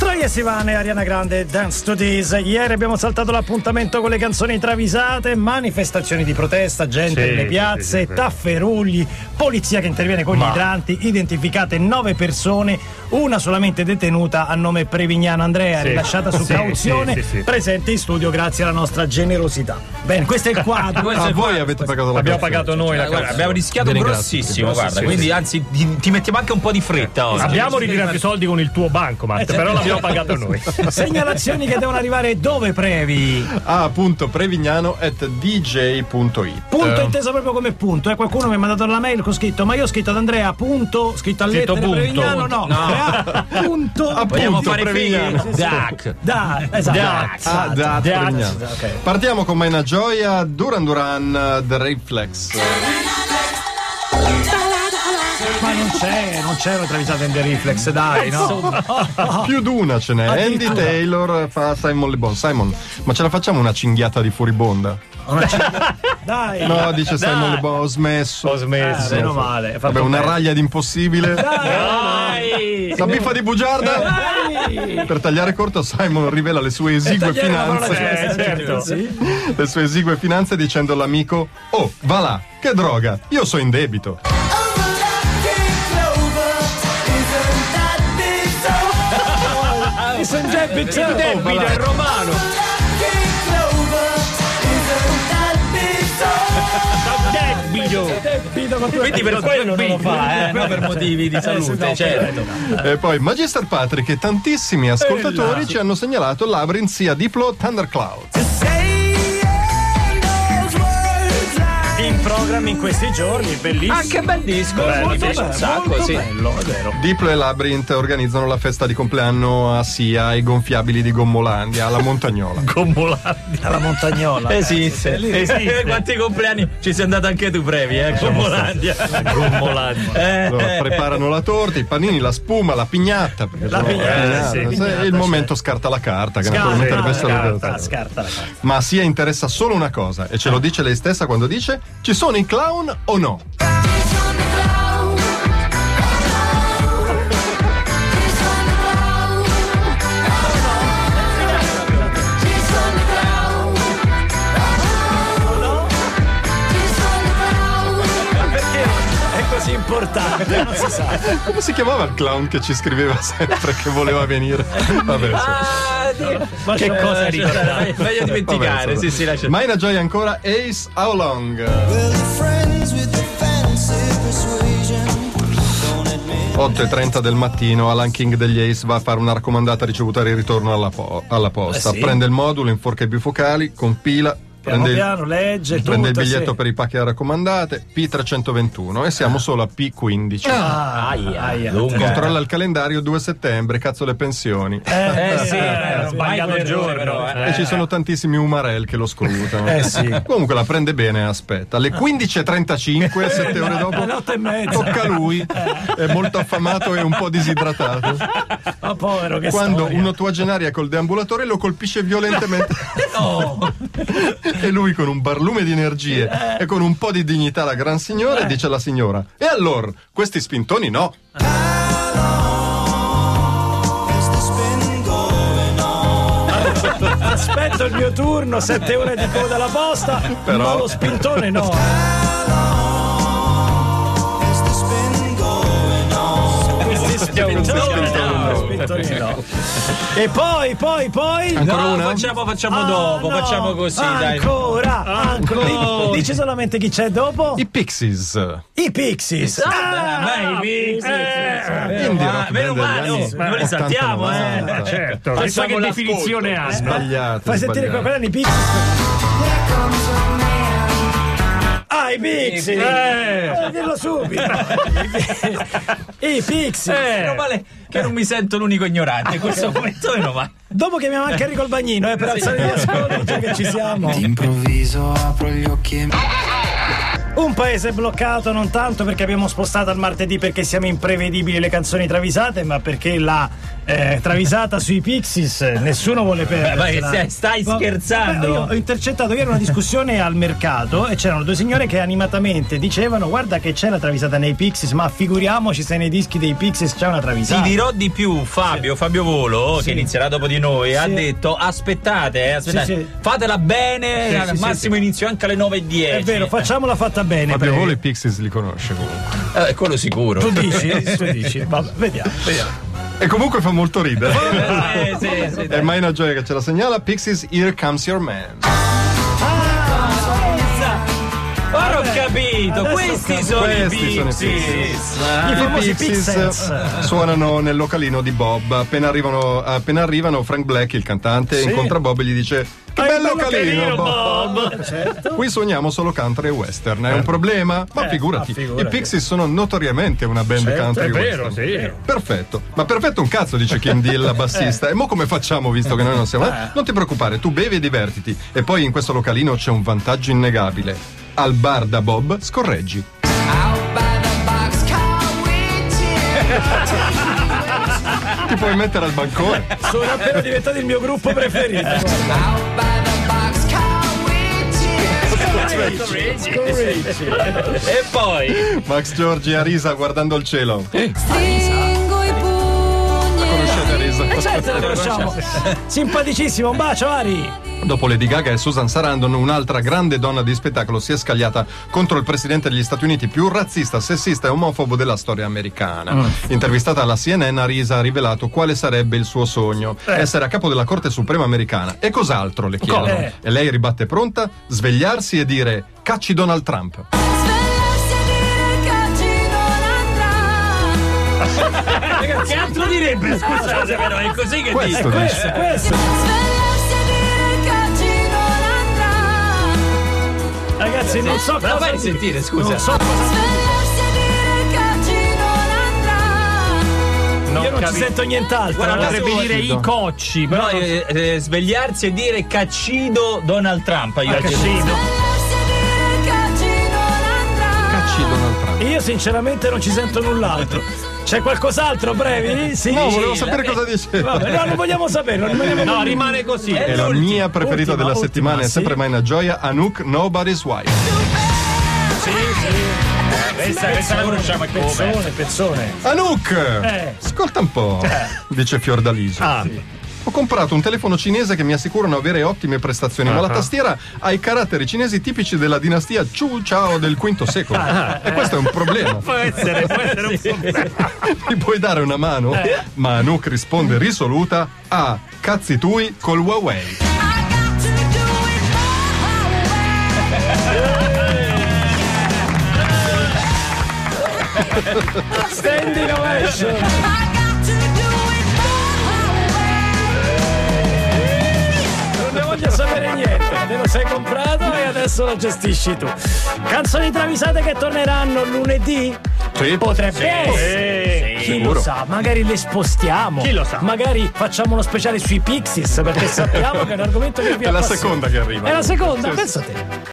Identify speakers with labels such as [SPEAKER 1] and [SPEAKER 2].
[SPEAKER 1] Lei è Sivane, Ariana Grande, Dance to This. Ieri abbiamo saltato l'appuntamento con le canzoni travisate, manifestazioni di protesta, gente
[SPEAKER 2] Sì,
[SPEAKER 1] nelle
[SPEAKER 2] sì,
[SPEAKER 1] piazze,
[SPEAKER 2] sì, sì.
[SPEAKER 1] tafferugli, polizia che interviene con gli
[SPEAKER 2] Ma-
[SPEAKER 1] idranti, identificate nove persone, una solamente detenuta a nome Prevignano Andrea,
[SPEAKER 2] Sì.
[SPEAKER 1] rilasciata su
[SPEAKER 2] Sì,
[SPEAKER 1] cauzione,
[SPEAKER 2] sì, sì, sì.
[SPEAKER 1] presente in studio grazie alla nostra generosità. Bene, questo è il quadro.
[SPEAKER 3] Questo
[SPEAKER 4] Ah,
[SPEAKER 3] è il
[SPEAKER 4] voi
[SPEAKER 3] fatto.
[SPEAKER 4] avete pagato la
[SPEAKER 2] Abbiamo
[SPEAKER 4] canzone.
[SPEAKER 2] pagato noi la
[SPEAKER 3] Ah, guarda,
[SPEAKER 2] cosa.
[SPEAKER 3] abbiamo rischiato
[SPEAKER 4] Vi ringrazio.
[SPEAKER 3] grossissimo, guarda,
[SPEAKER 4] Sì,
[SPEAKER 3] quindi
[SPEAKER 4] sì.
[SPEAKER 3] anzi ti, ti mettiamo anche un po' di fretta oggi.
[SPEAKER 2] Abbiamo ritirato i soldi con il tuo bancomat, però l'abbiamo pagato noi.
[SPEAKER 1] Segnalazioni che devono arrivare dove previ?
[SPEAKER 4] a punto Ah, prevignano at dj.it
[SPEAKER 1] Punto inteso proprio come punto. Eh? Qualcuno mi ha mandato la mail con scritto, ma io ho scritto ad Andrea, punto, scritto a
[SPEAKER 2] Scritto
[SPEAKER 1] lettere
[SPEAKER 2] punto.
[SPEAKER 1] Prevignano, no.
[SPEAKER 3] No.
[SPEAKER 1] Andrea, punto.
[SPEAKER 3] Vogliamo
[SPEAKER 4] Punto,
[SPEAKER 3] fare
[SPEAKER 4] Prevignano.
[SPEAKER 3] figli. Dac.
[SPEAKER 1] Da, esatto.
[SPEAKER 2] Da-
[SPEAKER 4] Ah,
[SPEAKER 1] esatto.
[SPEAKER 4] da
[SPEAKER 2] da-
[SPEAKER 4] Prevignano.
[SPEAKER 1] ok.
[SPEAKER 4] Partiamo con Maina Gioia, Duran Duran, The Reflex.
[SPEAKER 1] Ma non c'è, non c'è una travisata in The Reflex, dai, no?
[SPEAKER 3] Ah.
[SPEAKER 4] Più d'una ce n'è. Andy
[SPEAKER 1] Addirittura.
[SPEAKER 4] Taylor fa Simon Le Bon. Simon, ma ce la facciamo una cinghiata di furibonda?
[SPEAKER 1] Una c- dai.
[SPEAKER 4] No, dice Simon Le Bon, ho smesso.
[SPEAKER 2] Ho smesso.
[SPEAKER 1] Eh, meno male. hai fatto
[SPEAKER 4] Vabbè, una
[SPEAKER 1] bene.
[SPEAKER 4] raglia di impossibile.
[SPEAKER 2] Dai!
[SPEAKER 4] La biffa di bugiarda.
[SPEAKER 1] Dai.
[SPEAKER 4] Per tagliare corto, Simon rivela le sue esigue
[SPEAKER 1] Tagliare la parola
[SPEAKER 4] finanze.
[SPEAKER 1] giusta,
[SPEAKER 2] Eh, certo.
[SPEAKER 1] sì.
[SPEAKER 4] le sue esigue finanze dicendo all'amico Oh, va là, che droga, io so in debito.
[SPEAKER 1] Mi son già impicciato.
[SPEAKER 4] Oh, va là.
[SPEAKER 3] romano.
[SPEAKER 2] Debito!
[SPEAKER 1] Debito, ma tu-
[SPEAKER 3] Quindi per quello non lo fa, eh. Però per motivi di salute,
[SPEAKER 1] no,
[SPEAKER 3] certo.
[SPEAKER 4] E poi Magister Patrick e tantissimi ascoltatori ci hanno segnalato l'Abrinzia Diplo Thundercloud.
[SPEAKER 1] In programma in questi giorni, bellissimo.
[SPEAKER 3] Anche bel disco, mi
[SPEAKER 1] molto
[SPEAKER 3] piace
[SPEAKER 1] bello,
[SPEAKER 3] un sacco,
[SPEAKER 1] molto
[SPEAKER 3] sì.
[SPEAKER 1] bello, è vero.
[SPEAKER 4] Diplo e Labrint organizzano la festa di compleanno a Sia ai gonfiabili di Gommolandia, alla Montagnola.
[SPEAKER 2] Commolati.
[SPEAKER 1] Alla montagnola.
[SPEAKER 3] Esiste,
[SPEAKER 2] Esiste.
[SPEAKER 3] Quanti compleanni ci sei andato anche tu brevi, eh, con Molandia.
[SPEAKER 2] Commolati.
[SPEAKER 3] Eh,
[SPEAKER 4] Allora,
[SPEAKER 3] eh,
[SPEAKER 4] preparano la torta, i panini, la spuma, la pignata. perché
[SPEAKER 1] La
[SPEAKER 4] sono-
[SPEAKER 1] pignata, sì,
[SPEAKER 4] eh,
[SPEAKER 1] pignata,
[SPEAKER 4] e
[SPEAKER 1] cioè.
[SPEAKER 4] il momento scarta la carta, che naturalmente deve essere la
[SPEAKER 1] scarta, Eh.
[SPEAKER 4] realtà.
[SPEAKER 1] scarta la carta.
[SPEAKER 4] Ma a Sia interessa solo una cosa, e ce lo dice lei stessa quando dice: Ci sono i clown o no?
[SPEAKER 1] Perché è così importante? Non si sa.
[SPEAKER 4] Come si chiamava il clown che ci scriveva sempre che voleva venire? Vabbè, sì.
[SPEAKER 3] ah, Dio.
[SPEAKER 1] Ma che cosa
[SPEAKER 3] Eh,
[SPEAKER 1] ricordare?
[SPEAKER 3] cioè, Meglio dimenticare,
[SPEAKER 4] Vabbè,
[SPEAKER 3] sì, sì, lascia.
[SPEAKER 4] Ma in gioia ancora Ace How Long
[SPEAKER 5] Friends with the fancy persuasion.
[SPEAKER 4] 8.30 del mattino Alan King degli Ace va a fare una raccomandata ricevuta di ritorno alla, po- alla posta
[SPEAKER 1] Eh sì.
[SPEAKER 4] prende il modulo inforca i bifocali compila
[SPEAKER 1] Piano
[SPEAKER 4] prende, il-
[SPEAKER 1] piano, legge tutto.
[SPEAKER 4] prende il biglietto
[SPEAKER 1] sì.
[SPEAKER 4] per i pacchi a raccomandate P321 e siamo solo a P15
[SPEAKER 1] Eh. Ah,
[SPEAKER 3] Aia,
[SPEAKER 1] aia.
[SPEAKER 3] lungo.
[SPEAKER 4] controlla il calendario 2 settembre cazzo le pensioni
[SPEAKER 1] Eh,
[SPEAKER 3] Eh sì,
[SPEAKER 1] eh,
[SPEAKER 3] eh,
[SPEAKER 1] ho sbagliato
[SPEAKER 3] sbaglio
[SPEAKER 1] il giorno.
[SPEAKER 3] però, eh.
[SPEAKER 4] E ci sono tantissimi umarel che lo scrutano.
[SPEAKER 1] Eh sì.
[SPEAKER 4] Comunque la prende bene e aspetta. Alle 15.35,
[SPEAKER 1] Eh.
[SPEAKER 4] sette ore dopo,
[SPEAKER 1] Alle otto e mezza.
[SPEAKER 4] tocca a lui.
[SPEAKER 1] Eh.
[SPEAKER 4] È molto affamato e un po' disidratato.
[SPEAKER 1] Ma povero che
[SPEAKER 4] Quando
[SPEAKER 1] storia.
[SPEAKER 4] un ottuagenaria col deambulatore lo colpisce violentemente. e lui con un barlume di energie
[SPEAKER 1] Eh.
[SPEAKER 4] e con un po' di dignità la gran signora dice alla signora: E allora, questi spintoni no?
[SPEAKER 5] Has this been going on?
[SPEAKER 1] Aspetto il mio turno, sette ore di coda alla posta,
[SPEAKER 4] Però-
[SPEAKER 1] ma lo spintone no.
[SPEAKER 5] Has this been going on?
[SPEAKER 1] Questi spintoni
[SPEAKER 3] no.
[SPEAKER 1] no. spintoni no. E poi, poi, poi...
[SPEAKER 4] Ancora
[SPEAKER 3] No,
[SPEAKER 4] una?
[SPEAKER 3] facciamo, facciamo
[SPEAKER 1] Ah,
[SPEAKER 3] dopo,
[SPEAKER 1] no,
[SPEAKER 3] facciamo così, dai.
[SPEAKER 1] Ancora, ancora.
[SPEAKER 3] Ancora.
[SPEAKER 1] Dice solamente chi c'è dopo?
[SPEAKER 4] I Esatto. Pixies.
[SPEAKER 1] I Pixies.
[SPEAKER 3] Ah, vai,
[SPEAKER 2] Eh,
[SPEAKER 4] Indie
[SPEAKER 3] ma-
[SPEAKER 4] rock
[SPEAKER 3] meno
[SPEAKER 4] band
[SPEAKER 3] male,
[SPEAKER 4] degli
[SPEAKER 3] oh,
[SPEAKER 4] anni
[SPEAKER 3] ma noi
[SPEAKER 4] 80,
[SPEAKER 3] sappiamo, eh.
[SPEAKER 4] 90.
[SPEAKER 2] Certo, chissà che
[SPEAKER 3] Facciamo l'ascolto.
[SPEAKER 2] definizione hanno.
[SPEAKER 4] Sbagliate,
[SPEAKER 1] Fai sentire
[SPEAKER 4] sbagliate.
[SPEAKER 1] qua, quelli i Pixies. Ah, i Pixies.
[SPEAKER 2] Eh,
[SPEAKER 1] Eh, Dillo subito. I Pixies.
[SPEAKER 3] Meno male che non mi sento l'unico ignorante in questo momento, meno male.
[SPEAKER 1] Dopo chiamiamo anche Enrico il bagnino, eh, per alzare gli ascolti, già che ci siamo.
[SPEAKER 5] Improvviso apro gli occhi e
[SPEAKER 1] Un paese bloccato non tanto perché abbiamo spostato al martedì perché siamo imprevedibili le canzoni travisate, ma perché la eh, travisata sui Pixies, eh, nessuno vuole
[SPEAKER 3] Beh,
[SPEAKER 1] perderla.
[SPEAKER 3] ma che- stai
[SPEAKER 1] Ma-
[SPEAKER 3] scherzando?
[SPEAKER 1] Io ho intercettato ieri una discussione al mercato e c'erano due signore che animatamente dicevano guarda che c'è la travisata nei Pixies, ma figuriamoci se nei dischi dei Pixies c'è una
[SPEAKER 3] Ti
[SPEAKER 1] travisata.
[SPEAKER 3] dirò di più, Fabio, Fabio Volo, che inizierà dopo di noi, ha
[SPEAKER 1] Sì.
[SPEAKER 3] detto aspettate, eh, aspettate,
[SPEAKER 1] Sì, sì.
[SPEAKER 3] fatela bene,
[SPEAKER 1] Sì,
[SPEAKER 3] al
[SPEAKER 1] sì, sì,
[SPEAKER 3] massimo inizio anche alle 9.10.
[SPEAKER 1] È vero, facciamola fatta bene.
[SPEAKER 4] Fabio
[SPEAKER 1] Eh, prego.
[SPEAKER 4] Volo i Pixies li conosce comunque.
[SPEAKER 3] Eh, quello sicuro.
[SPEAKER 1] Tu dici? Tu dici? Vabbè, vediamo.
[SPEAKER 4] E comunque fa molto ridere.
[SPEAKER 3] Eh, sì, sì, sì,
[SPEAKER 4] È
[SPEAKER 3] dai.
[SPEAKER 4] mai una gioia che ce la segnala. Pixies, here comes your man.
[SPEAKER 3] Ora ho capito,
[SPEAKER 1] Adesso ho
[SPEAKER 3] questi
[SPEAKER 1] capito.
[SPEAKER 3] sono
[SPEAKER 4] Questi
[SPEAKER 3] i
[SPEAKER 4] sono i
[SPEAKER 3] Pixies.
[SPEAKER 1] I
[SPEAKER 4] I
[SPEAKER 1] famosi Pixels.
[SPEAKER 4] Ah, Pixies eh, suonano nel localino di Bob. Appena arrivano, appena arrivano Frank Black, il cantante,
[SPEAKER 1] Sì.
[SPEAKER 4] incontra Bob e gli dice: Che
[SPEAKER 1] Hai
[SPEAKER 4] bel
[SPEAKER 1] un bel
[SPEAKER 4] localino,
[SPEAKER 1] localino,
[SPEAKER 4] Bob! Eh, certo. Qui suoniamo solo country e western. È un problema? Ma
[SPEAKER 1] Eh,
[SPEAKER 4] figurati,
[SPEAKER 1] ma figurati. Certo,
[SPEAKER 4] i Pixies sono notoriamente una band country
[SPEAKER 2] È
[SPEAKER 4] e
[SPEAKER 2] vero,
[SPEAKER 4] western.
[SPEAKER 2] sì.
[SPEAKER 4] Perfetto, ma perfetto un cazzo, dice Kim Deal, la
[SPEAKER 1] Eh.
[SPEAKER 4] bassista. E mo come facciamo visto che noi non siamo là? Non ti preoccupare, tu bevi e divertiti. E poi in questo localino c'è un vantaggio innegabile. Al bar da Bob scorreggi. Ti puoi mettere al bancone.
[SPEAKER 1] Sono appena diventato il mio gruppo preferito.
[SPEAKER 3] E poi
[SPEAKER 4] Max Giorgi a risa guardando il cielo.
[SPEAKER 1] Eh.
[SPEAKER 6] Stringo i
[SPEAKER 4] Conoscete
[SPEAKER 6] pugni.
[SPEAKER 4] risa?
[SPEAKER 1] Certo, lo conosciamo. Simpaticissimo, un bacio Ari.
[SPEAKER 4] Dopo Lady Gaga e Susan Sarandon, un'altra grande donna di spettacolo si è scagliata contro il presidente degli Stati Uniti più razzista, sessista e omofobo della storia americana.
[SPEAKER 1] Ah.
[SPEAKER 4] Intervistata alla CNN, Arisa ha rivelato quale sarebbe il suo sogno:
[SPEAKER 1] Eh.
[SPEAKER 4] essere a capo della Corte Suprema americana. E cos'altro le chiedono?
[SPEAKER 1] Eh.
[SPEAKER 4] E lei ribatte pronta: svegliarsi e dire cacci Donald Trump.
[SPEAKER 6] Svegliarsi e dire che oggi non andrà.
[SPEAKER 3] Che altro direbbe? Scusate, Eh, però è così che
[SPEAKER 4] Questo
[SPEAKER 3] dico.
[SPEAKER 4] dice.
[SPEAKER 1] Questo, questo.
[SPEAKER 6] Svegliarsi e dire che oggi non andrà.
[SPEAKER 1] Ragazzi, non so
[SPEAKER 3] Me la fai
[SPEAKER 1] cosa
[SPEAKER 3] sentire, scusa.
[SPEAKER 1] Non so cosa-
[SPEAKER 6] Svegliarsi e dire che oggi non andrà.
[SPEAKER 1] Io non ci sento nient'altro.
[SPEAKER 3] Guarda,
[SPEAKER 1] Allora,
[SPEAKER 3] potrebbe dire
[SPEAKER 2] I cocci, però.
[SPEAKER 3] No, eh, eh, svegliarsi e dire caccido Donald Trump. Io
[SPEAKER 1] Ah, Cassino.
[SPEAKER 6] Svegliarsi e dire che oggi non andrà.
[SPEAKER 4] Cacci Donald Trump.
[SPEAKER 1] Io sinceramente non ci sento null'altro. C'è qualcos'altro, Brevi? Sì.
[SPEAKER 4] No, volevo
[SPEAKER 3] sì,
[SPEAKER 4] sapere
[SPEAKER 3] vabbè.
[SPEAKER 4] cosa diceva.
[SPEAKER 1] Vabbè, no, non vogliamo saperlo. Non vogliamo
[SPEAKER 2] No, rimane così.
[SPEAKER 3] Eh,
[SPEAKER 4] E la
[SPEAKER 3] l'ultima,
[SPEAKER 4] mia preferita
[SPEAKER 1] ultima,
[SPEAKER 4] della
[SPEAKER 1] ultima,
[SPEAKER 4] settimana è
[SPEAKER 1] sì.
[SPEAKER 4] sempre mai una gioia: Anouk Nobody's Wife.
[SPEAKER 3] Questa, questa la conosciamo è come.
[SPEAKER 1] Pezzone, pezzone.
[SPEAKER 4] Anouk!
[SPEAKER 1] Eh.
[SPEAKER 4] Ascolta un po', dice Fiordaliso.
[SPEAKER 2] Ah,
[SPEAKER 4] Ho comprato un telefono cinese che mi assicurano avere ottime prestazioni,
[SPEAKER 1] Ah.
[SPEAKER 4] ma la tastiera ha i caratteri cinesi tipici della dinastia Chu Chao del V secolo.
[SPEAKER 1] Ah,
[SPEAKER 4] e questo
[SPEAKER 1] eh.
[SPEAKER 4] è un problema.
[SPEAKER 2] può essere, può essere un problema.
[SPEAKER 4] Mi puoi dare una mano?
[SPEAKER 1] Eh.
[SPEAKER 4] Ma Anouk risponde risoluta a cazzi tui col Huawei.
[SPEAKER 6] I got to do it my way.
[SPEAKER 1] Standing ovation.
[SPEAKER 6] I got to do it my way.
[SPEAKER 1] Non ne voglio sapere niente. Te lo sei comprato e adesso lo gestisci tu. Canzoni travisate che torneranno lunedì?
[SPEAKER 4] Sì.
[SPEAKER 1] Potrebbe essere. Chi
[SPEAKER 4] Sicuro.
[SPEAKER 1] lo sa? Magari le spostiamo.
[SPEAKER 2] Chi lo sa?
[SPEAKER 1] Magari facciamo uno speciale sui Pixies perché sappiamo che è un argomento che vi
[SPEAKER 4] È la
[SPEAKER 1] appassiona.
[SPEAKER 4] seconda che arriva.
[SPEAKER 1] È la seconda,
[SPEAKER 4] Sì, sì.
[SPEAKER 1] pensa a te.